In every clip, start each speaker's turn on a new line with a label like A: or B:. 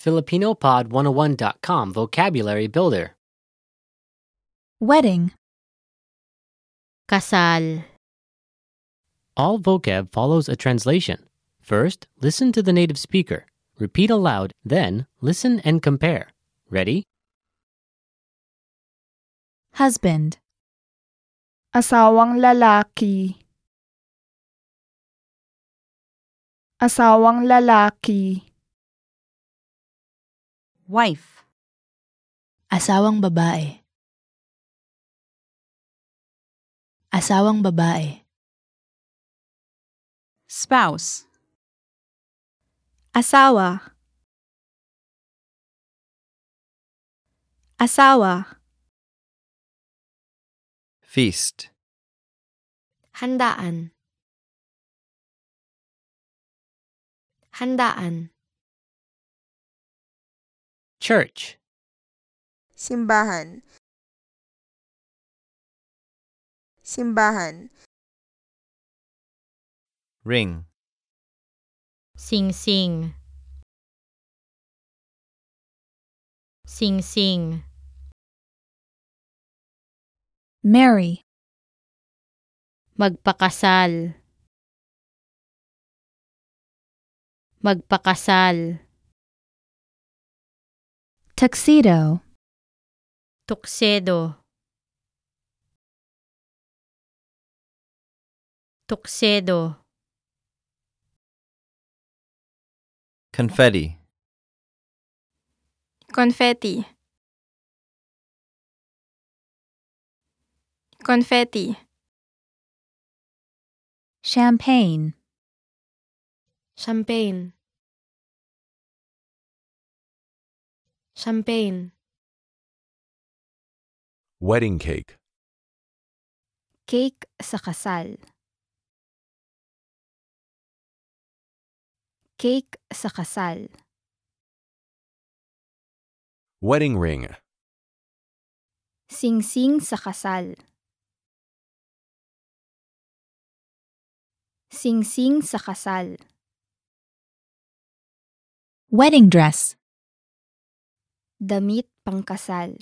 A: FilipinoPod101.com Vocabulary Builder.
B: Wedding.
C: kasal,
A: All vocab follows a translation. First, listen to the native speaker. Repeat aloud, then, listen and compare. Ready?
B: Husband.
D: Asawang lalaki. Asawang lalaki.
E: wife,
B: Asawang babae. Asawang babae.
E: spouse,
D: Asawa. Asawa.
F: Feast.
C: handaan. Handaan,
A: Church.
G: Simbahan. Simbahan.
F: Ring.
C: sing-sing. Sing-sing,
B: Marry.
C: magpakasal. Magpakasal,
B: Tuxedo.
C: tuksedo. Tuksedo,
F: Confetti.
H: Confetti. Confetti.
B: Champagne.
C: champagne. Champagne,
I: Wedding cake.
B: Cake sa kasal. Cake sa kasal.
I: Wedding ring.
B: Singsing sa kasal. Singsing sa kasal. Wedding dress. Damit pangkasal.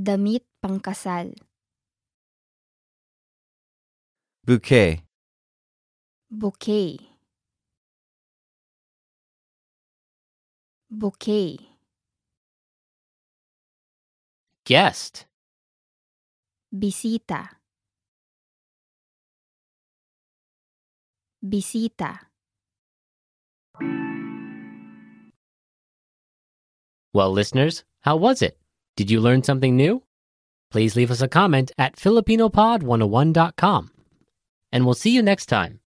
B: Damit pangkasal.
F: Bouquet.
B: Bouquet. Bouquet.
A: Guest.
B: Bisita. Bisita.
A: Well, listeners, how was it? Did you learn something new? oh Please leave us a comment at FilipinoPod101.com. And we'll see you next time.